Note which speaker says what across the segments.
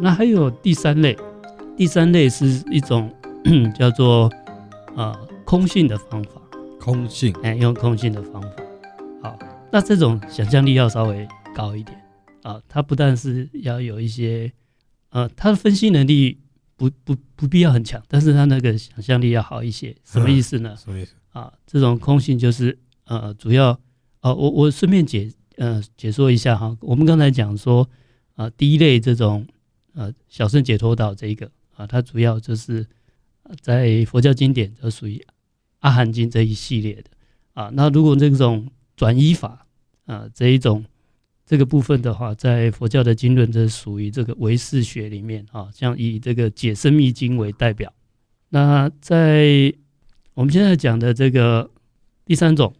Speaker 1: 那还有第三类，第三类是一种 叫做呃空性的方法，
Speaker 2: 空性
Speaker 1: 哎，用空性的方法。好，那这种想象力要稍微高一点啊，它不但是要有一些呃，它的分析能力不不不必要很强，但是它那个想象力要好一些。什么意思呢？
Speaker 2: 什么意思？
Speaker 1: 啊，这种空性就是呃，主要啊，我我顺便解呃解说一下哈，我们刚才讲说啊、第一类这种呃小圣解脱道这一个啊，它主要就是呃在佛教经典就属于阿含经这一系列的啊。那如果这种转依法啊这一种这个部分的话，在佛教的经论这属于这个唯识学里面啊，像以这个解生密经为代表。那在我们现在讲的这个第三种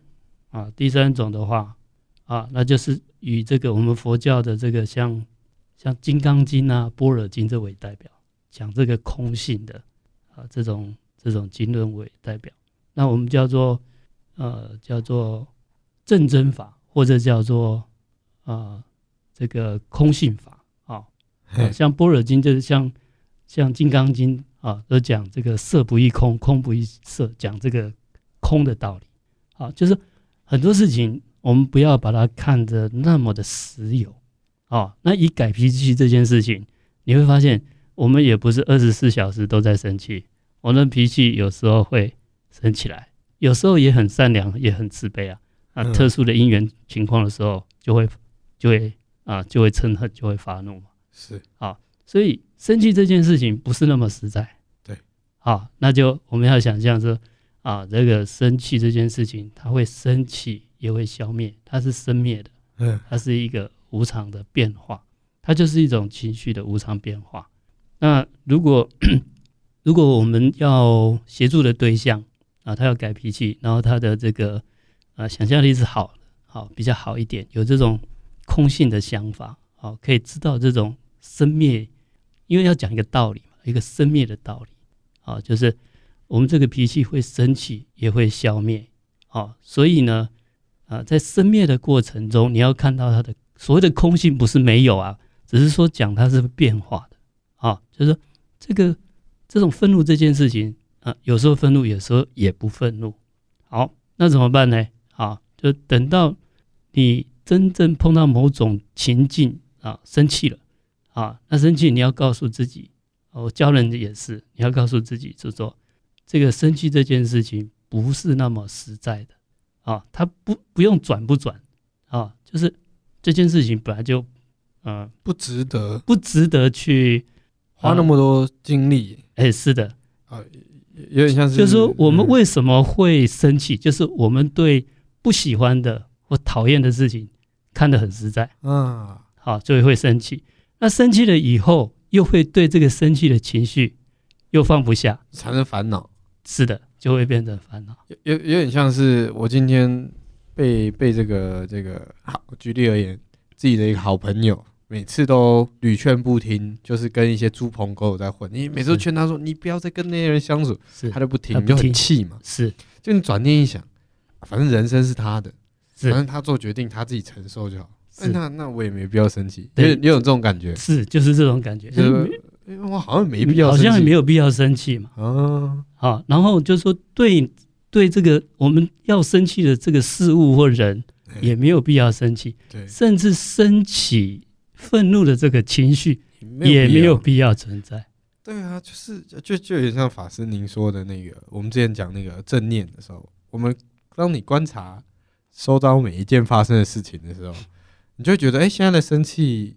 Speaker 1: 啊，第三种的话啊，那就是以这个我们佛教的这个像像《金刚经》啊、《般若经》这为代表，讲这个空性的啊这种这种经论为代表。那我们叫做呃叫做正真法，或者叫做呃这个空性法啊。
Speaker 2: 嘿
Speaker 1: 像《般若经》就是像像《金刚经》啊，都讲这个色不异空，空不异色，讲这个空的道理。啊，就是很多事情我们不要把它看得那么的实有。啊，那以改脾气这件事情，你会发现我们也不是二十四小时都在生气，我们的脾气有时候会生起来，有时候也很善良，也很慈悲啊。啊，
Speaker 2: 嗯
Speaker 1: 特殊的因缘情况的时候，就会就会啊，就会嗔恨，就会发怒嘛。
Speaker 2: 是
Speaker 1: 所以生气这件事情不是那么实在。
Speaker 2: 对，
Speaker 1: 好，那就我们要想象说，啊，这个生气这件事情，它会升起，也会消灭，它是生灭的，
Speaker 2: 嗯
Speaker 1: 它是一个无常的变化，它就是一种情绪的无常变化。那如果如果我们要协助的对象啊，他要改脾气，然后他的这个啊想象力是好的，好比较好一点，有这种空性的想法，好、可以知道这种生灭，因为要讲一个道理嘛，一个生灭的道理，啊，就是我们这个脾气会升起，也会消灭，啊，所以呢，啊，在生灭的过程中，你要看到它的所谓的空性不是没有啊，只是说讲它是变化的，啊，就是说这个这种愤怒这件事情，啊，有时候愤怒，有时候也不愤怒，好，那怎么办呢？啊，就等到你真正碰到某种情境啊，生气了啊，那生气你要告诉自己，哦我教人也是，你要告诉自己，就说这个生气这件事情不是那么实在的啊，它不不用转不转啊，就是这件事情本来就呃
Speaker 2: 不值得
Speaker 1: 不值得去
Speaker 2: 花那么多精力，
Speaker 1: 哎，是的，
Speaker 2: 有点像是
Speaker 1: 就是说我们
Speaker 2: 嗯
Speaker 1: 为什么会生气，就是我们对不喜欢的或讨厌的事情看得很实在。
Speaker 2: 啊，
Speaker 1: 好，就会生气。那生气了以后，又会对这个生气的情绪又放不下，
Speaker 2: 产生烦恼，
Speaker 1: 是的，就会变成烦恼。
Speaker 2: 有有有点像是我今天被被这个这个好举例而言，自己的一个好朋友。每次都屡劝不听，就是跟一些猪朋狗友在混。你每次都劝他说：“你不要再跟那些人相处。”
Speaker 1: 是
Speaker 2: 他就不听，
Speaker 1: 他
Speaker 2: 你
Speaker 1: 不
Speaker 2: 就很
Speaker 1: 听
Speaker 2: 气嘛。
Speaker 1: 是
Speaker 2: 就你转念一想，反正人生是他的，反
Speaker 1: 是
Speaker 2: 正他做决定，他自己承受就好。哎
Speaker 1: 是
Speaker 2: 那那我也没必要生气，有
Speaker 1: 对
Speaker 2: 点有种这种感觉，
Speaker 1: 是，就是这种感觉，
Speaker 2: 就是哎我好像没必要
Speaker 1: 好
Speaker 2: 生气，
Speaker 1: 像也没有必要生气嘛。
Speaker 2: 啊，
Speaker 1: 好，然后就说对对这个我们要生气的这个事物或人，
Speaker 2: 哎
Speaker 1: 也没有必要生气，
Speaker 2: 对，
Speaker 1: 甚至升起愤怒的这个情绪也
Speaker 2: 必
Speaker 1: 没有
Speaker 2: 要
Speaker 1: 必要存在。
Speaker 2: 对啊，就是就就有点像法师您说的那个，我们之前讲那个正念的时候，我们当你观察收到每一件发生的事情的时候，你就会觉得，哎、现在的生气，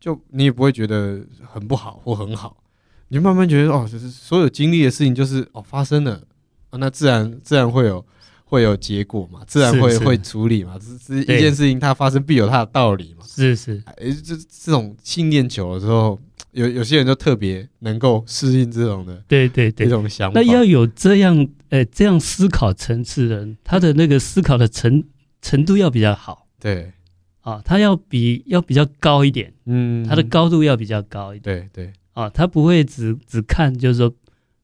Speaker 2: 就你也不会觉得很不好或很好，你就慢慢觉得，哦，就是所有经历的事情，就是哦发生了、啊，那自然自然会有会有结果嘛，自然
Speaker 1: 是
Speaker 2: 会
Speaker 1: 是
Speaker 2: 会处理嘛，这这一
Speaker 1: 对
Speaker 2: 件事情它发生必有它的道理嘛，
Speaker 1: 是是，
Speaker 2: 哎，这这种信念久了之后，有有些人就特别能够适应这种的
Speaker 1: 对对对
Speaker 2: 这。种想法。
Speaker 1: 那要有这样呃这样思考层次的人，他的那个思考的程程度要比较好
Speaker 2: 对，
Speaker 1: 啊，他要比要比较高一点，
Speaker 2: 嗯，
Speaker 1: 他的高度要比较高一点
Speaker 2: 对对
Speaker 1: 啊，他不会只只看就是说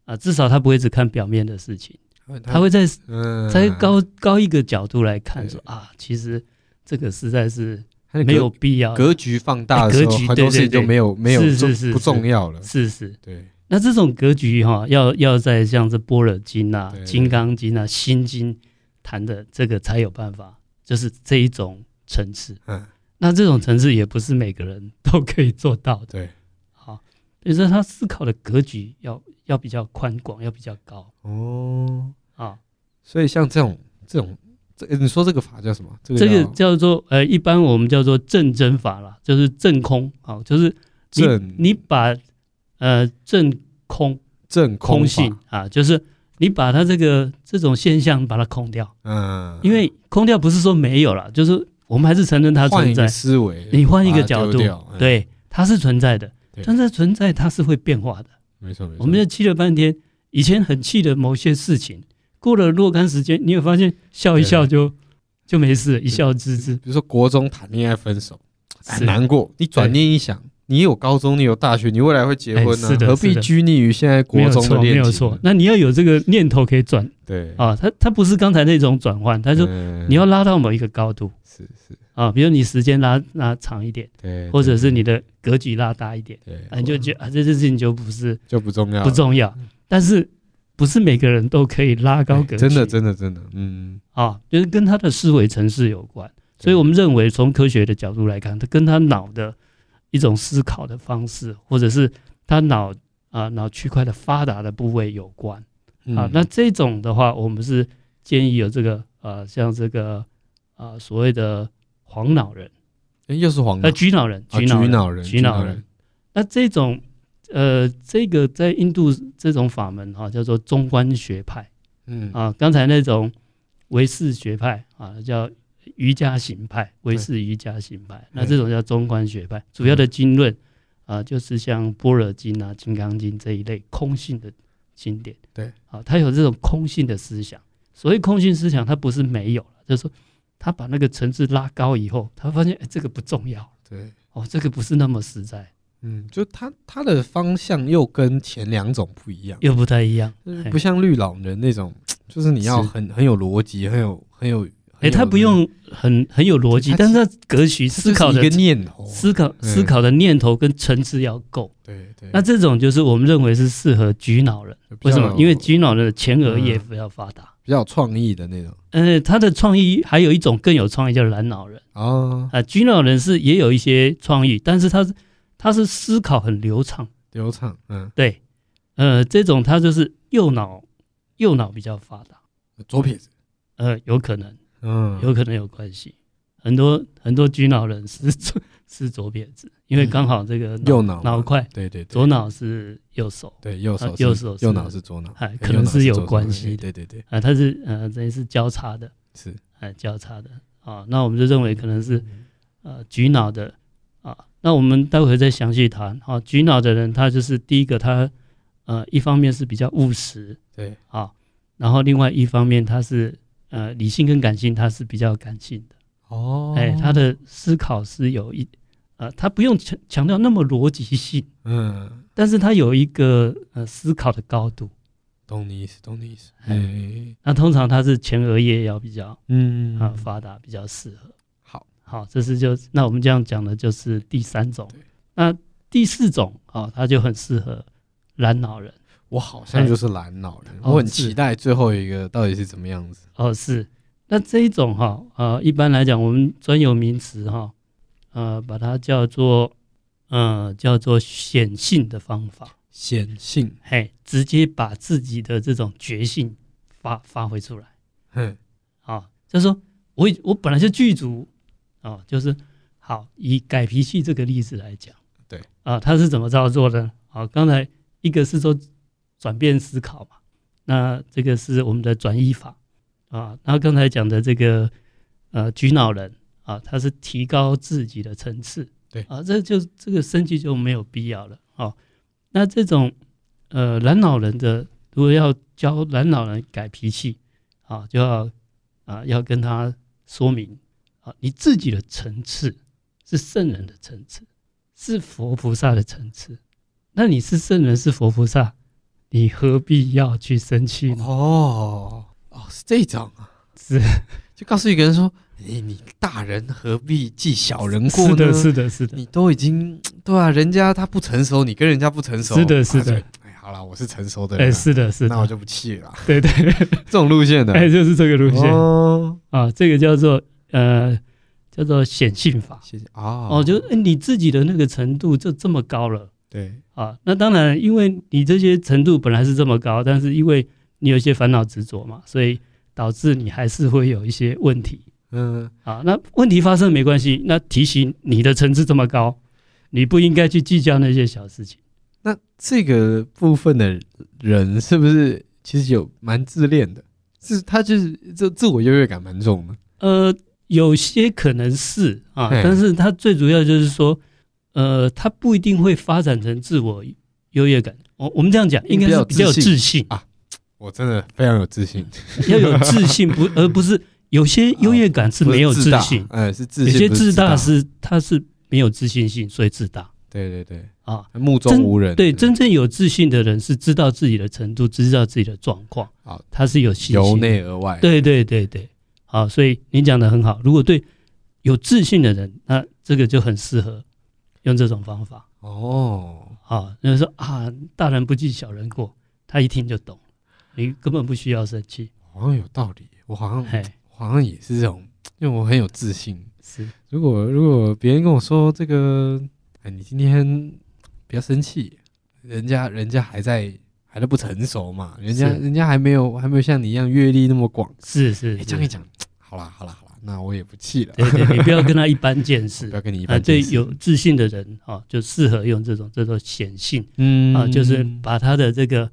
Speaker 1: 啊，至少他不会只看表面的事情，他会在
Speaker 2: 嗯
Speaker 1: 在高高一个角度来看
Speaker 2: 对
Speaker 1: 说啊，其实这个实在是
Speaker 2: 它的格
Speaker 1: 没有必要。
Speaker 2: 格局放大的时候，
Speaker 1: 哎格局
Speaker 2: 很多
Speaker 1: 对对
Speaker 2: 事情就
Speaker 1: 对
Speaker 2: 没有没有
Speaker 1: 是
Speaker 2: 重
Speaker 1: 是是
Speaker 2: 不
Speaker 1: 是
Speaker 2: 重要了。
Speaker 1: 是是，
Speaker 2: 对，
Speaker 1: 那这种格局哈、要要在像这般若经啊
Speaker 2: 对、对
Speaker 1: 金刚经啊、心经谈的这个才有办法，就是这一种层次。
Speaker 2: 嗯，
Speaker 1: 那这种层次也不是每个人都可以做到的。
Speaker 2: 对，
Speaker 1: 好，所以说他思考的格局要要比较宽广，要比较高
Speaker 2: 哦，
Speaker 1: 啊。
Speaker 2: 所以像这种这种这你说这个法叫什么？这个
Speaker 1: 这个
Speaker 2: 叫
Speaker 1: 叫做呃，一般我们叫做正真法啦，就是正空啊，就是你
Speaker 2: 正
Speaker 1: 你把呃正空
Speaker 2: 正
Speaker 1: 空
Speaker 2: 法
Speaker 1: 性，啊，就是你把它这个这种现象把它空掉，
Speaker 2: 嗯，
Speaker 1: 因为空掉不是说没有了，就是我们还是承认它
Speaker 2: 换
Speaker 1: 存
Speaker 2: 一个
Speaker 1: 在，
Speaker 2: 思维，
Speaker 1: 你换一
Speaker 2: 把
Speaker 1: 个
Speaker 2: 它
Speaker 1: 角
Speaker 2: 丢
Speaker 1: 度
Speaker 2: 掉，嗯，
Speaker 1: 对，它是存在的，
Speaker 2: 对
Speaker 1: 但是存在它是会变化的。
Speaker 2: 没错没错，
Speaker 1: 我们就气了半天，以前很气的某些事情，过了若干时间，你有发现笑一笑就就没事了，一笑置之。
Speaker 2: 比如说国中谈恋爱分手很
Speaker 1: 是
Speaker 2: 哎难过，你转念一想，你有高中，你有大学，你未来会结
Speaker 1: 哎
Speaker 2: 婚呢
Speaker 1: 是，的
Speaker 2: 何
Speaker 1: 是
Speaker 2: 必
Speaker 1: 的
Speaker 2: 拘泥于现在
Speaker 1: 没
Speaker 2: 国
Speaker 1: 有
Speaker 2: 中的
Speaker 1: 错，没
Speaker 2: 恋
Speaker 1: 有
Speaker 2: 情
Speaker 1: 错
Speaker 2: 呢？。
Speaker 1: 那你要有这个念头可以转
Speaker 2: 对，
Speaker 1: 啊，它它不是刚才那种转换，它就
Speaker 2: 嗯
Speaker 1: 你要拉到某一个高度
Speaker 2: 是是，
Speaker 1: 啊，比如你时间拉拉长一点，
Speaker 2: 对，
Speaker 1: 或者
Speaker 2: 对
Speaker 1: 是你的格局拉大一点，
Speaker 2: 对，啊
Speaker 1: 啊、你就觉得啊这件事情就不是
Speaker 2: 就不重要了，
Speaker 1: 不重要，但是不是每个人都可以拉高
Speaker 2: 哎
Speaker 1: 格局，
Speaker 2: 真的真的真的，嗯，
Speaker 1: 啊，就是跟他的思维层次有关。
Speaker 2: 对
Speaker 1: 所以我们认为，从科学的角度来看，它跟他脑的一种思考的方式，或者是他脑啊、脑区块的发达的部位有关啊
Speaker 2: 嗯。
Speaker 1: 那这种的话，我们是建议有这个呃，像这个呃所谓的黄脑人，
Speaker 2: 哎又是黄
Speaker 1: 呃
Speaker 2: 的
Speaker 1: 菊脑人，
Speaker 2: 啊
Speaker 1: 菊脑人，
Speaker 2: 脑人，
Speaker 1: 菊脑人，那这种呃，这个在印度这种法门哈、叫做中观学派
Speaker 2: 嗯
Speaker 1: 啊。刚才那种唯识学派啊，叫瑜伽行派，唯识瑜伽行派。那这种叫中观学派，主
Speaker 2: 嗯
Speaker 1: 要的经论啊，就是像《般若经》啊、《金刚经》这一类空性的经典。
Speaker 2: 对，
Speaker 1: 啊，它有这种空性的思想。所谓空性思想，它不是没有了，就是说他把那个层次拉高以后，他发现、哎、这个不重要
Speaker 2: 对，
Speaker 1: 哦，这个不是那么实在。
Speaker 2: 嗯，就他他的方向又跟前两种不一样，
Speaker 1: 又不太一样。
Speaker 2: 就是
Speaker 1: 嘿
Speaker 2: 不像绿老人那种，就是你要
Speaker 1: 哎是
Speaker 2: 很很有逻辑，很有很有，
Speaker 1: 哎，
Speaker 2: 很有
Speaker 1: 他不
Speaker 2: 那
Speaker 1: 用很很有逻辑，
Speaker 2: 他
Speaker 1: 但是他格局
Speaker 2: 它
Speaker 1: 思考
Speaker 2: 就是
Speaker 1: 的
Speaker 2: 一个念头，
Speaker 1: 思考
Speaker 2: 嗯
Speaker 1: 思考的念头跟层次要够。
Speaker 2: 对对，
Speaker 1: 那这种就是我们认为是适合菊脑人，
Speaker 2: 比较
Speaker 1: 为什么
Speaker 2: 有？
Speaker 1: 因为菊脑人的前额叶比较发达。
Speaker 2: 比较有创意的那种
Speaker 1: 呃，他的创意还有一种更有创意叫蓝脑人
Speaker 2: 啊，
Speaker 1: 啊，菊脑人是也有一些创意，但是他是他是思考很流畅，
Speaker 2: 流畅，嗯，
Speaker 1: 对，呃，这种他就是右脑右脑比较发达，
Speaker 2: 左撇子，
Speaker 1: 呃，有可能。
Speaker 2: 嗯，
Speaker 1: 有可能有关系。很多很多居脑人是是左撇子，因为刚好这个脑
Speaker 2: 嗯右脑
Speaker 1: 脑块，
Speaker 2: 对对对，
Speaker 1: 左脑是右手
Speaker 2: 对右手
Speaker 1: 啊
Speaker 2: 是
Speaker 1: 右手是
Speaker 2: 右脑是左脑，
Speaker 1: 哎
Speaker 2: 哎
Speaker 1: 可能
Speaker 2: 右脑
Speaker 1: 是有
Speaker 2: 左手
Speaker 1: 关系
Speaker 2: 哎
Speaker 1: 的
Speaker 2: 对对对，
Speaker 1: 啊、它是呃等于是交叉的，
Speaker 2: 是
Speaker 1: 呃交叉的啊，那我们就认为可能是
Speaker 2: 嗯
Speaker 1: 呃菊脑的啊，那我们待会再详细谈啊。菊脑的人他就是第一个他呃一方面是比较务实
Speaker 2: 对，
Speaker 1: 啊，然后另外一方面他是呃理性跟感性他是比较感性的。
Speaker 2: 哦
Speaker 1: 哎，他的思考是有一，呃，他不用强强调那么逻辑性，
Speaker 2: 嗯，
Speaker 1: 但是他有一个呃思考的高度。
Speaker 2: 懂你意思，懂你意思，
Speaker 1: 哎
Speaker 2: 哎，
Speaker 1: 那通常他是前额叶要比较
Speaker 2: 嗯
Speaker 1: 啊、发达，比较适合。
Speaker 2: 好，
Speaker 1: 好，这是就那我们这样讲的就是第三种。那第四种啊，他就很适合蓝脑人
Speaker 2: 我好像就是蓝脑人，
Speaker 1: 哦
Speaker 2: 我很
Speaker 1: 是
Speaker 2: 期待最后一个到底是怎么样子。
Speaker 1: 哦，是。那这一种哈、呃，一般来讲我们专有名词哈、呃，把它叫做呃叫做显性的方法。
Speaker 2: 显性，
Speaker 1: 嘿，直接把自己的这种觉性发发挥出来
Speaker 2: 哼，
Speaker 1: 啊。就是说我已我本来就剧组啊，就是好以改脾气这个例子来讲，
Speaker 2: 对
Speaker 1: 啊，他是怎么操作的？啊，刚才一个是说转变思考嘛，那这个是我们的转移法啊。然后刚才讲的这个呃举脑人啊，他是提高自己的层次，
Speaker 2: 对
Speaker 1: 啊，这就这个升级就没有必要了啊。那这种呃蓝脑人的，如果要教蓝脑人改脾气啊，就要啊要跟他说明啊，你自己的层次是圣人的层次，是佛菩萨的层次。那你是圣人是佛菩萨，你何必要去生气呢？
Speaker 2: 哦哦，是这种啊，
Speaker 1: 是
Speaker 2: 就告诉一个人说，你你大人何必记小人过
Speaker 1: 是
Speaker 2: 呢？
Speaker 1: 的，是的，是的，
Speaker 2: 你都已经对啊，人家他不成熟，你跟人家不成熟，
Speaker 1: 是的是
Speaker 2: 啊所以
Speaker 1: 的
Speaker 2: 哎，好啦，我是成熟的人
Speaker 1: 哎，
Speaker 2: 啊，
Speaker 1: 是的，是
Speaker 2: 那我
Speaker 1: 的，
Speaker 2: 就不气了啦。
Speaker 1: 对对，
Speaker 2: 这种路线的，
Speaker 1: 哎，就是这个路线
Speaker 2: 哦，
Speaker 1: 啊，这个叫做呃叫做显性法
Speaker 2: 谢谢啊，
Speaker 1: 哦，就是哎你自己的那个程度就这么高了。
Speaker 2: 对，
Speaker 1: 啊，那当然，因为你这些程度本来是这么高，但是因为你有一些烦恼执着嘛，所以导致你还是会有一些问题
Speaker 2: 嗯，
Speaker 1: 啊。那问题发生没关系，那提醒你的层次这么高，你不应该去计较那些小事情。
Speaker 2: 那这个部分的人是不是其实有蛮自恋的？是他就是这自我优越感蛮重的，
Speaker 1: 呃，有些可能是啊，
Speaker 2: 嘿
Speaker 1: 但是它最主要就是说，呃，它不一定会发展成自我优越感。我我们这样讲，应该是比较有自信，
Speaker 2: 我真的非常有自信，
Speaker 1: 要有自信，不而不是有些优越感是
Speaker 2: 不
Speaker 1: 没有自
Speaker 2: 大
Speaker 1: 信。
Speaker 2: 嗯，是自
Speaker 1: 有
Speaker 2: 信，
Speaker 1: 些
Speaker 2: 不是
Speaker 1: 哦自大
Speaker 2: 大，
Speaker 1: 是他是没有自信心，所以自大
Speaker 2: 对对对，
Speaker 1: 啊。
Speaker 2: 目中
Speaker 1: 真
Speaker 2: 无人，
Speaker 1: 对，真正有自信的人是知道自己的程度，知道自己的状况
Speaker 2: 好，
Speaker 1: 他是有信
Speaker 2: 由
Speaker 1: 心。
Speaker 2: 内而外，
Speaker 1: 对对对对，好，所以你讲的很好。如果对有自信的人，那这个就很适合用这种方法
Speaker 2: 哦，
Speaker 1: 啊。就是说啊，大人不计小人过，他一听就懂，你根本不需要生气。
Speaker 2: 好像有道理，我好像
Speaker 1: 嘿，
Speaker 2: 好像也是这种，因为我很有自信。
Speaker 1: 是
Speaker 2: 如果如果别人跟我说这个，哎，你今天不要生气，人家人家还在还在不成熟嘛，人家
Speaker 1: 是
Speaker 2: 人家还没有还没有像你一样阅历那么广。
Speaker 1: 是是
Speaker 2: 哎，，
Speaker 1: 是
Speaker 2: 这样一讲，好啦好啦好啦，那我也不气了，
Speaker 1: 对对，你不要跟他一般见识
Speaker 2: 不。要跟 你一
Speaker 1: 啊，
Speaker 2: 般
Speaker 1: 对
Speaker 2: 见识。
Speaker 1: 有自信的人啊，就适合用这种叫做显性
Speaker 2: 嗯
Speaker 1: 啊，就是把他的这个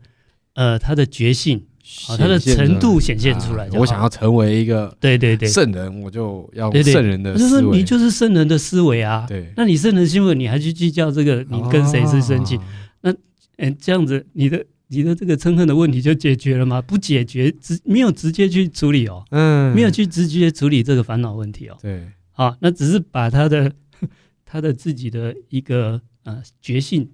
Speaker 1: 呃他的觉性啊，他的
Speaker 2: 显现
Speaker 1: 程度
Speaker 2: 出
Speaker 1: 显现出
Speaker 2: 啊
Speaker 1: 来就好。
Speaker 2: 我想要成为一个
Speaker 1: 对对对，
Speaker 2: 圣人，我就要
Speaker 1: 对对
Speaker 2: 圣人的
Speaker 1: 就是
Speaker 2: 思
Speaker 1: 说
Speaker 2: 维。
Speaker 1: 你就是圣人的思维啊。
Speaker 2: 对，
Speaker 1: 那你圣人思维，你还去计较这个
Speaker 2: 哦
Speaker 1: 你跟谁是生气？
Speaker 2: 啊？
Speaker 1: 嗯，这样子你的你的这个嗔恨的问题就解决了吗？不解决，直没有直接去处理哦，
Speaker 2: 嗯，
Speaker 1: 没有去直接处理这个烦恼问题哦。
Speaker 2: 对。
Speaker 1: 啊，那只是把他的 他的自己的一个呃觉性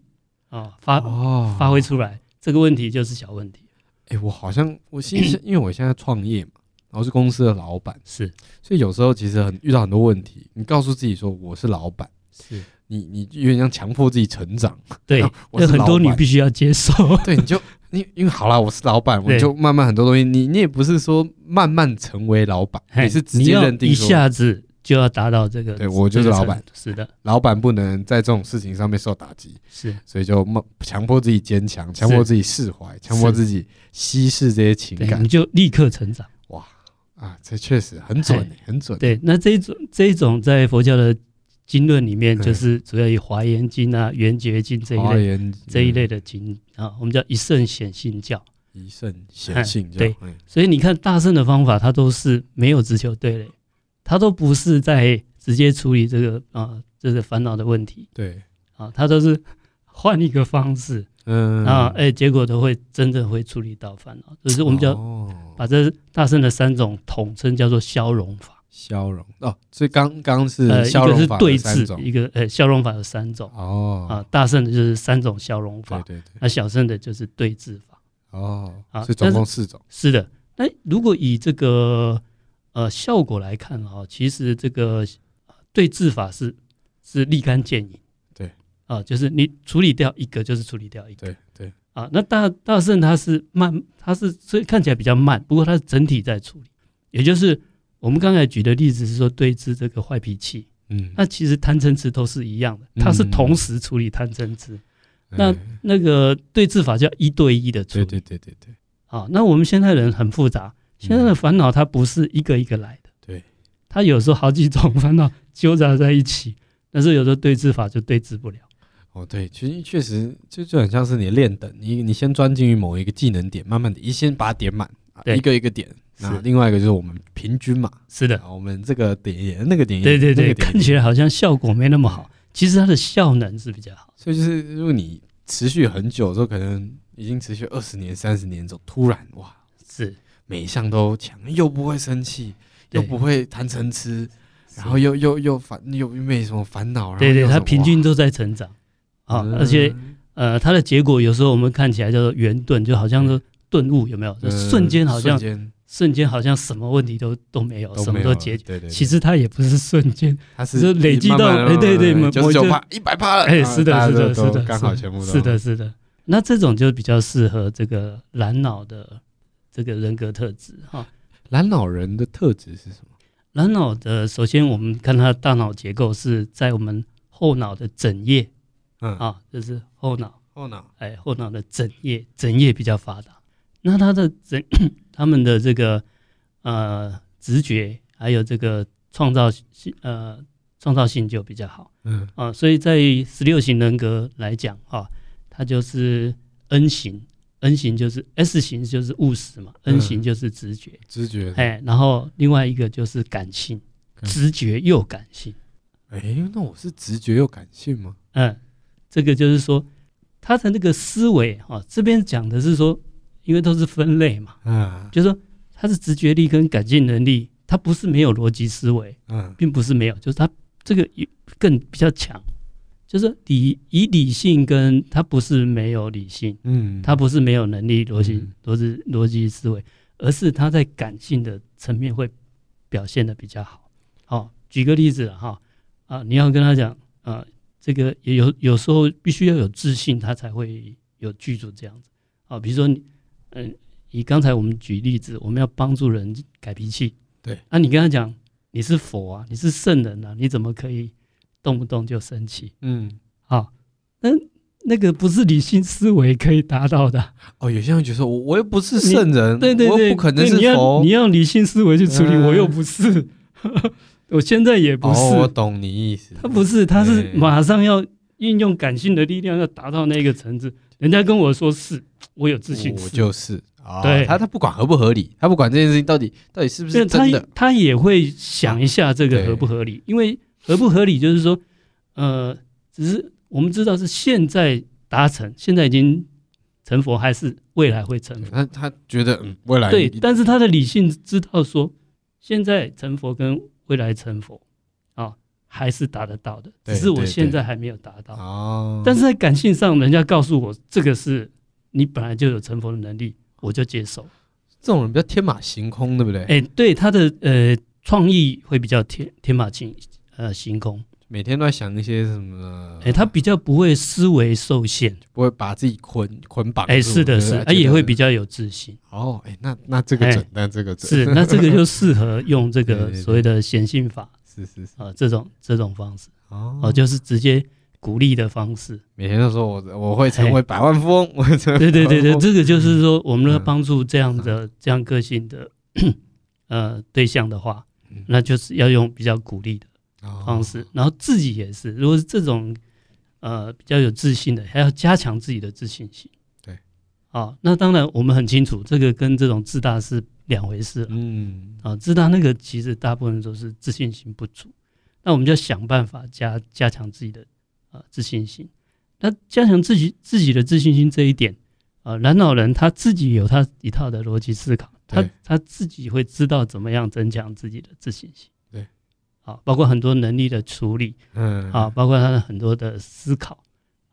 Speaker 1: 啊发
Speaker 2: 哦
Speaker 1: 发挥出来，这个问题就是小问题。
Speaker 2: 哎、我好像我现 在因为我现在创业嘛，然后是公司的老板，
Speaker 1: 是
Speaker 2: 所以有时候其实很遇到很多问题。你告诉自己说我是老板，
Speaker 1: 是，
Speaker 2: 你你有点像强迫自己成长，
Speaker 1: 对
Speaker 2: 啊，我
Speaker 1: 有
Speaker 2: 是
Speaker 1: 很
Speaker 2: 老
Speaker 1: 多你
Speaker 2: 板
Speaker 1: 必须要接 受。
Speaker 2: 对，你就你因为好啦，我是老板，我
Speaker 1: 对
Speaker 2: 就慢慢很多东西，你你也不是说慢慢成为老板，
Speaker 1: 嘿
Speaker 2: 你是直
Speaker 1: 你
Speaker 2: 接
Speaker 1: 要
Speaker 2: 认定
Speaker 1: 一
Speaker 2: 说
Speaker 1: 下子就要达到这个，
Speaker 2: 对我就
Speaker 1: 这个
Speaker 2: 是老
Speaker 1: 程
Speaker 2: 板
Speaker 1: 度。是的，
Speaker 2: 老板不能在这种事情上面受打击，
Speaker 1: 是
Speaker 2: 所以就慢强迫自己坚强，强迫自己释怀，强迫
Speaker 1: 是
Speaker 2: 自己稀释这些情
Speaker 1: 对，
Speaker 2: 感
Speaker 1: 你就立刻成长。
Speaker 2: 啊，这确实很准、
Speaker 1: 嘿
Speaker 2: 很准。
Speaker 1: 对，那这一种这一种在佛教的经论里面，
Speaker 2: 嗯
Speaker 1: 就是主要以华严经啊、圆觉经这一
Speaker 2: 华
Speaker 1: 类
Speaker 2: 严
Speaker 1: 这一
Speaker 2: 嗯
Speaker 1: 类的经啊，我们叫一圣显性教。
Speaker 2: 一圣显性这
Speaker 1: 对
Speaker 2: 样，嗯
Speaker 1: 所以你看大圣的方法，他都是没有直球对垒，他都不是在直接处理这个啊、这个烦恼的问题
Speaker 2: 对，
Speaker 1: 啊，他都是 换一个方式
Speaker 2: 嗯
Speaker 1: 啊，哎、结果都会真正会处理到烦恼。就是我们叫
Speaker 2: 哦
Speaker 1: 把这大圣的三种统称叫做消融法，
Speaker 2: 消融哦，所以刚刚
Speaker 1: 呃，
Speaker 2: 是
Speaker 1: 一
Speaker 2: 消
Speaker 1: 个
Speaker 2: 融
Speaker 1: 是
Speaker 2: 法
Speaker 1: 对
Speaker 2: 的三
Speaker 1: 治，
Speaker 2: 种
Speaker 1: 一个呃消融法有三种
Speaker 2: 哦
Speaker 1: 啊，大圣的就是三种消融
Speaker 2: 对
Speaker 1: 法，
Speaker 2: 对对
Speaker 1: 那小圣的就是对治法。
Speaker 2: 哦，
Speaker 1: 啊
Speaker 2: 所以总共四种
Speaker 1: 是的，那如果以这个呃效果来看啊、其实这个呃对治法是是立竿见影。
Speaker 2: 对，
Speaker 1: 啊、就是你处理掉一个，就是处理掉一个
Speaker 2: 对对
Speaker 1: 啊。那大大圣他是慢，他是所以看起来比较慢，不过他是整体在处理。也就是我们刚才举的例子是说对治这个坏脾气，
Speaker 2: 嗯，
Speaker 1: 那其实贪嗔痴都是一样的，它是同时处理贪嗔痴。那
Speaker 2: 嗯
Speaker 1: 那个对治法叫一对一的处
Speaker 2: 对
Speaker 1: 理。
Speaker 2: 对对对嗯对
Speaker 1: 啊，那我们现在人很复杂，现在的烦恼它不是一个一个来的，
Speaker 2: 对，
Speaker 1: 它有时候好几种烦恼纠杂在一起，但是有时候对治法就对治不了。
Speaker 2: 哦对，其实确实就就很像是你练等，你你先钻进于某一个技能点，慢慢的一先把它点满，啊
Speaker 1: 对
Speaker 2: 一个一个点。那
Speaker 1: 是
Speaker 2: 另外一个就是我们平均嘛，
Speaker 1: 是的，
Speaker 2: 啊，我们这个点一点，那个点一
Speaker 1: 对对
Speaker 2: 点，那
Speaker 1: 对，
Speaker 2: 个点一
Speaker 1: 看起
Speaker 2: 点
Speaker 1: 来好像效果没那么好，其实它的效能是比较好。
Speaker 2: 所以就是，如果你持续很久之后，可能已经持续二十年、三十年之后，突然哇，
Speaker 1: 是，
Speaker 2: 每一项都强，又不会生气，
Speaker 1: 对
Speaker 2: 又不会贪嗔痴，
Speaker 1: 是
Speaker 2: 然后又又又烦，又没什么烦恼。然后
Speaker 1: 对对，
Speaker 2: 又什
Speaker 1: 它
Speaker 2: 么
Speaker 1: 平均都在成长
Speaker 2: 哇
Speaker 1: 啊，而且
Speaker 2: 嗯
Speaker 1: 呃，它的结果有时候我们看起来叫做圆顿，就好像是顿悟，有没有？就瞬间好像
Speaker 2: 嗯瞬间
Speaker 1: 瞬间好像什么问题都都没有，
Speaker 2: 都
Speaker 1: 什么
Speaker 2: 没有
Speaker 1: 都
Speaker 2: 了
Speaker 1: 解决。
Speaker 2: 对对，
Speaker 1: 其实它也不是瞬间，
Speaker 2: 它是
Speaker 1: 就累积到哎对对某
Speaker 2: 九
Speaker 1: 某
Speaker 2: 十
Speaker 1: 一
Speaker 2: 九
Speaker 1: 个
Speaker 2: 趴一百趴了，
Speaker 1: 哎、
Speaker 2: 啊
Speaker 1: 是的，
Speaker 2: 大
Speaker 1: 是
Speaker 2: 家
Speaker 1: 的，
Speaker 2: 都
Speaker 1: 是
Speaker 2: 都
Speaker 1: 的，
Speaker 2: 刚好全部都
Speaker 1: 是的，是的。那这种就比较适合这个蓝脑的这个人格特质哈。
Speaker 2: 蓝老人的特质是什么？
Speaker 1: 蓝脑的，首先我们看它的大脑结构是在我们后脑的枕叶
Speaker 2: 嗯，
Speaker 1: 啊，就是后脑，
Speaker 2: 后哦脑
Speaker 1: 哎，后脑的枕叶，枕叶比较发达。那它的枕，他们的这个呃直觉，还有这个创造性，呃创造性就比较好。
Speaker 2: 嗯
Speaker 1: 啊，所以在十六型人格来讲啊，它就是 N 型，N 型就是 S 型就是务实嘛
Speaker 2: 嗯
Speaker 1: ，N 型就是直觉，
Speaker 2: 直觉的，
Speaker 1: 哎，然后另外一个就是感性，
Speaker 2: 感
Speaker 1: 直觉又感性，
Speaker 2: 哎，那我是直觉又感性吗？
Speaker 1: 嗯，这个就是说他的那个思维啊，这边讲的是说，因为都是分类嘛，
Speaker 2: 啊
Speaker 1: 就是说他是直觉力跟感性能力，他不是没有逻辑思维，
Speaker 2: 嗯
Speaker 1: 并不是没有，就是他这个有更比较强，就是理以理性跟他不是没有理性，
Speaker 2: 嗯，
Speaker 1: 他不是没有能力逻辑
Speaker 2: 嗯
Speaker 1: 逻辑逻辑思维，而是他在感性的层面会表现的比较好。好、举个例子哈、啊，你要跟他讲啊，这个也有有时候必须要有自信，他才会有剧组这样子啊。比如说你，嗯、以刚才我们举例子，我们要帮助人改脾气，
Speaker 2: 对，
Speaker 1: 那、你跟他讲你是佛啊，你是圣人啊，你怎么可以动不动就生气
Speaker 2: 嗯
Speaker 1: 啊？那那个不是理性思维可以达到的啊、
Speaker 2: 哦，有些人觉得说我我又不是圣人，
Speaker 1: 对对
Speaker 2: 我
Speaker 1: 对，
Speaker 2: 又不可能
Speaker 1: 对
Speaker 2: 是
Speaker 1: 你要
Speaker 2: 佛
Speaker 1: 你，要理性思维去处理，
Speaker 2: 嗯
Speaker 1: 我又不是， 我现在也不是，
Speaker 2: 哦，我懂你意思，
Speaker 1: 他不是，他是
Speaker 2: 对
Speaker 1: 马上要运用感性的力量，要达到那个层次。人家跟我说是，我有自信
Speaker 2: 哦我
Speaker 1: 是
Speaker 2: 就是啊，
Speaker 1: 对
Speaker 2: 他他不管合不合理，他不管这件事情到底到底是不
Speaker 1: 对
Speaker 2: 是真
Speaker 1: 他
Speaker 2: 的，
Speaker 1: 他也会想一下这个
Speaker 2: 对
Speaker 1: 合不合理，因为合不合理就是说，呃，只是我们知道是现在达成，现在已经成佛，还是未来会成佛？
Speaker 2: 他他觉得嗯未来
Speaker 1: 对，
Speaker 2: 一定
Speaker 1: 但是他的理性知道说，现在成佛跟未来成佛啊，还是达得到的，只
Speaker 2: 对
Speaker 1: 是我
Speaker 2: 对
Speaker 1: 现
Speaker 2: 对
Speaker 1: 在还没有达到。
Speaker 2: 哦，
Speaker 1: 但是在感性上，人家告诉我这个是你本来就有成佛的能力，我就接受。
Speaker 2: 这种人比较天马行空，对不对？
Speaker 1: 哎，对他的呃创意会比较天天马行呃行空，
Speaker 2: 每天都在想一些什么，
Speaker 1: 哎，他比较不会思维受限，
Speaker 2: 不会把自己捆捆绑住。
Speaker 1: 哎，是的
Speaker 2: 对不
Speaker 1: 是，
Speaker 2: 对
Speaker 1: 哎也会比较有自信。
Speaker 2: 哦，哎，那那这个
Speaker 1: 哎
Speaker 2: 准，那这个准，
Speaker 1: 是，那这个就适合用这
Speaker 2: 对
Speaker 1: 个
Speaker 2: 对对
Speaker 1: 所谓的显性法
Speaker 2: 是是是，
Speaker 1: 啊、这种这种方式
Speaker 2: 哦
Speaker 1: 哦、就是直接鼓励的方 式。
Speaker 2: 每天都说我我会成为百万富翁，我会成
Speaker 1: 哎
Speaker 2: 为
Speaker 1: 对对对
Speaker 2: 百
Speaker 1: 对，
Speaker 2: 万富
Speaker 1: 这
Speaker 2: 翁，
Speaker 1: 个就是说，我们要
Speaker 2: 哦嗯
Speaker 1: 帮助这样的、这样个性的呃对象的话
Speaker 2: 嗯，
Speaker 1: 那就是要用比较鼓励的
Speaker 2: 哦
Speaker 1: 方式，然后自己也是，如果是这种呃比较有自信的，还要加强自己的自信心。
Speaker 2: 对，
Speaker 1: 啊，那当然我们很清楚，这个跟这种自大是两回事了
Speaker 2: 嗯，
Speaker 1: 啊。自大那个其实大部分都是自信心不足，那我们就要想办法加加强自己的啊、呃自信心。那加强自己自己的自信心这一点，啊，蓝脑人他自己有他一套的逻辑思考，他
Speaker 2: 对
Speaker 1: 他自己会知道怎么样增强自己的自信心。
Speaker 2: 对，
Speaker 1: 啊，包括很多能力的处理
Speaker 2: 嗯
Speaker 1: 啊，，包括他的很多的思考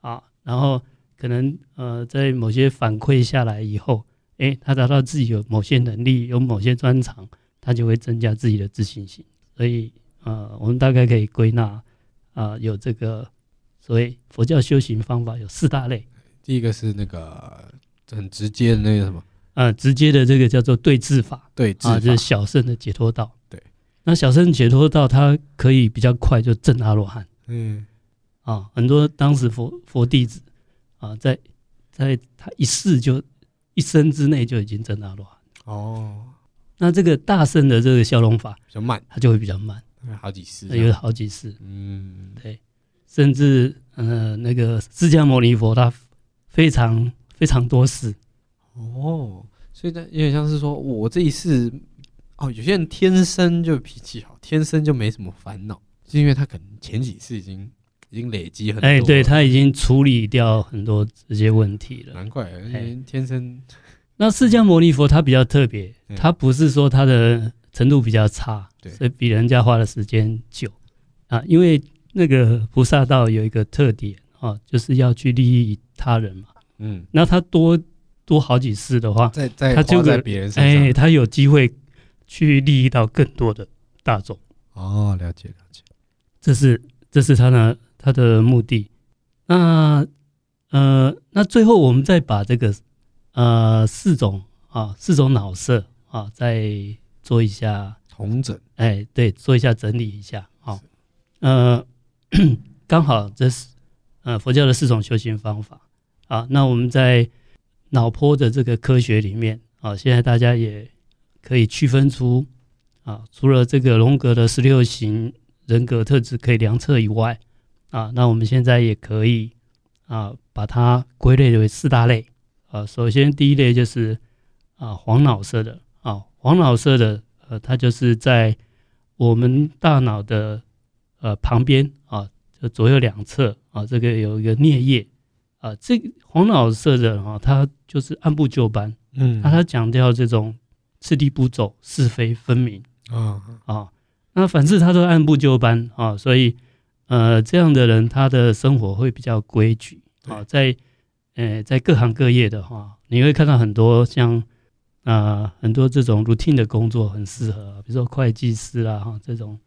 Speaker 1: 啊，然后可能呃，在某些反馈下来以后，诶，他达到自己有某些能力，有某些专长，他就会增加自己的自信心。所以呃，我们大概可以归纳啊、有这个所谓佛教修行方法有四大类。
Speaker 2: 第一个是那个很直接的那个什么
Speaker 1: 呃，直接的这个叫做对治法
Speaker 2: 对治
Speaker 1: 啊，就是
Speaker 2: 法，
Speaker 1: 小圣的解脱道。
Speaker 2: 对，
Speaker 1: 那小圣解脱道，它可以比较快就证阿罗汉
Speaker 2: 嗯，
Speaker 1: 啊。很多当时佛佛弟子啊，在在他一世就一生之内就已经证阿罗汉。
Speaker 2: 哦，
Speaker 1: 那这个大圣的这个消融法，
Speaker 2: 比较慢，
Speaker 1: 它就会比较慢，
Speaker 2: 好几次
Speaker 1: 那，有好几世，
Speaker 2: 嗯，
Speaker 1: 甚至呃那个释迦牟尼佛他非常非常多世，
Speaker 2: 哦，所以呢，有点像是说我这一世，哦，有些人天生就脾气好，天生就没什么烦恼，是因为他可能前几次已经已经累积很多，
Speaker 1: 哎，对，，他已经处理掉很多这些问题了。
Speaker 2: 难怪人家天生
Speaker 1: 那释迦牟尼佛他比较特别，
Speaker 2: 嗯
Speaker 1: 他不是说他的程度比较差，
Speaker 2: 对
Speaker 1: 所以比人家花的时间久啊。因为那个哦菩萨道有一个特点啊，就是要去利益他人嘛。
Speaker 2: 嗯
Speaker 1: 那他多多好几次的话，
Speaker 2: 在在
Speaker 1: 他这
Speaker 2: 花在
Speaker 1: 个
Speaker 2: 别人身上。
Speaker 1: 哎，他有机会去利益到更多的大众，
Speaker 2: 哦，了解了解。
Speaker 1: 这是这是他的他的目的。那呃，那最后我们再把这个呃四种啊四种脑色啊再做一下
Speaker 2: 同整
Speaker 1: 哎，对，做一下整理一下，好、呃， 刚好这是呃佛教的四种修行方法啊。那我们在脑波的这个科学里面啊，现在大家也可以区分出啊，除了这个荣格的十六型人格特质可以量测以外啊，那我们现在也可以啊把它归类为四大类啊。首先第一类就是啊黄脑色的啊，黄脑色的呃，它就是在我们大脑的呃旁边啊，就左右两侧啊，这个有一个颞叶啊，这个黄老色的啊，他就是按部就班，啊
Speaker 2: 嗯
Speaker 1: 那、他强调这种次第步骤、是非分明
Speaker 2: 啊，
Speaker 1: 啊。那凡事他都按部就班啊，所以呃，这样的人他的生活会比较规矩啊，在呃在各行各业的话、你会看到很多像啊、很多这种 routine 的工作很适合，啊比如说会计师啊哈、这种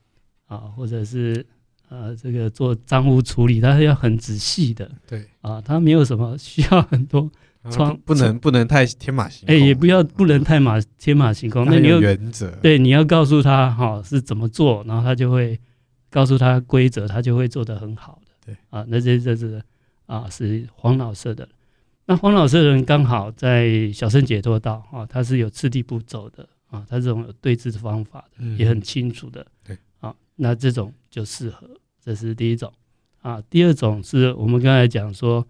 Speaker 1: 啊，或者是呃这个做账务处理，他是要很仔细的
Speaker 2: 对，
Speaker 1: 啊，他没有什么需要很多，
Speaker 2: 啊
Speaker 1: 窗
Speaker 2: 不不能不能太天马行
Speaker 1: 哎、
Speaker 2: 空，
Speaker 1: 也不要不能太马天马行空，哦那
Speaker 2: 要
Speaker 1: 你
Speaker 2: 啊有
Speaker 1: 又
Speaker 2: 原则，，
Speaker 1: 对，你要告诉他哈、是怎么做，然后他就会告诉他规则，他就会做得很好的。
Speaker 2: 对
Speaker 1: 啊，那这这是啊是黄老色的，那黄老色的人刚好在小圣解脱道啊，他是有次第步骤的啊，他这种有对治的方法的，
Speaker 2: 嗯
Speaker 1: 也很清楚的。
Speaker 2: 对
Speaker 1: 啊，那这种就适合，这是第一种啊。第二种是我们刚才讲说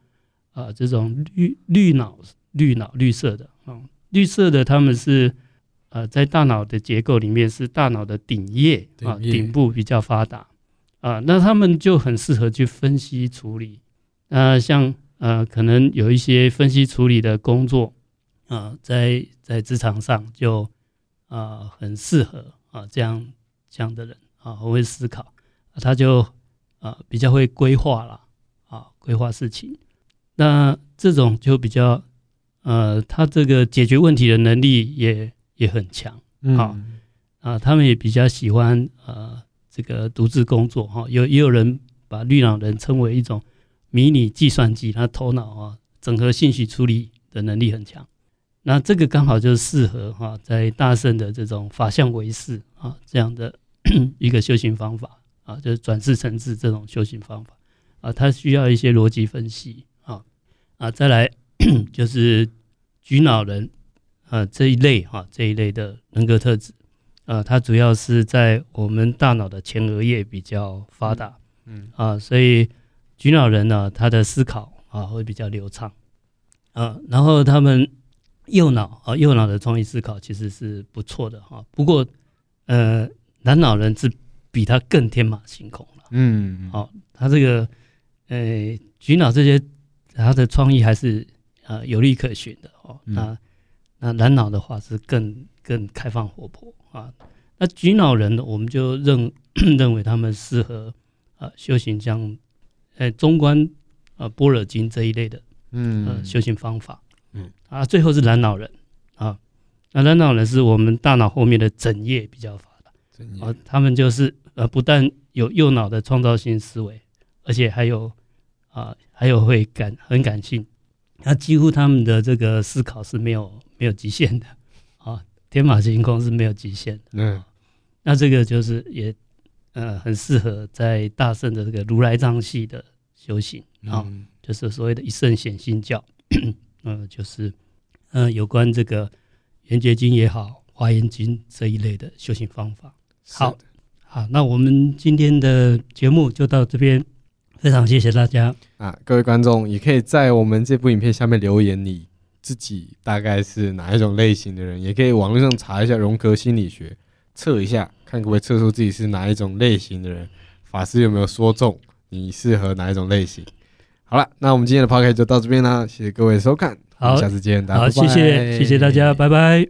Speaker 1: 啊，这种绿绿脑绿脑绿色的啊，绿色的他们是。呃，在大脑的结构里面是大脑的顶叶啊，
Speaker 2: 顶叶
Speaker 1: 顶部比较发达啊，那他们就很适合去分析处理。那像呃，可能有一些分析处理的工作啊、在在职场上就啊、很适合啊、这样这样的人啊、很会思考，啊他就啊、比较会规划啦啊、规划事情。那这种就比较呃，他这个解决问题的能力也也很强。好
Speaker 2: 嗯
Speaker 1: 啊，他们也比较喜欢呃这个独自工作哈、有也有人把绿脑人称为一种迷你计算机，他头脑啊整合信息处理的能力很强。那这个刚好就适合哈、在大圣的这种法相唯识啊这样的 一个修行方法啊，就是转世成智这种修行方法啊，它需要一些逻辑分析啊啊，再来 就是举脑人啊这一类哈、这一类的人格特质。呃，它主要是在我们大脑的前额叶比较发达
Speaker 2: 嗯
Speaker 1: 啊、所以举脑人呢，他的思考啊会比较流畅啊、然后他们右脑啊、右脑的创意思考其实是不错的哈、不过呃，蓝脑人是比他更天马行空了，
Speaker 2: 嗯，
Speaker 1: 好他这个呃举脑这些他的创意还是呃有利可循的哦，
Speaker 2: 嗯
Speaker 1: 那那蓝脑的话是更更开放活泼啊。那菊脑人呢，我们就认 认为他们适合啊修行像呃中观啊般若经这一类的呃
Speaker 2: 嗯，
Speaker 1: 修行方法。
Speaker 2: 嗯
Speaker 1: 啊，最后是蓝脑人啊，那蓝脑人是我们大脑后面的枕叶比较发达
Speaker 2: 真也
Speaker 1: 啊，他们就是呃不但有右脑的创造性思维，而且还有啊还有会感很感性，那几乎他们的这个思考是没有没有极限的啊，天马行空是没有极限的。
Speaker 2: 嗯
Speaker 1: 那这个就是也呃很适合在大圣的这个如来藏系的修行啊、
Speaker 2: 嗯
Speaker 1: 就是所谓的一圣显性教，嗯、就是嗯、呃有关这个圆觉经也好，华严经这一类的修行方法。好
Speaker 2: 是的
Speaker 1: 好，那我们今天的节目就到这边，非常谢谢大家。
Speaker 2: 啊，各位观众也可以在我们这部影片下面留言你自己大概是哪一种类型的人，也可以网络上查一下荣格心理学，测一下看可不可以测出自己是哪一种类型的人，法师有没有说中你适合哪一种类型。好了，那我们今天的 p o d c a s t 就到这边啦，谢谢各位收看，我们
Speaker 1: 好
Speaker 2: 下次见，大家
Speaker 1: 好，
Speaker 2: 拜
Speaker 1: 谢
Speaker 2: 拜
Speaker 1: 谢谢谢大家，拜拜。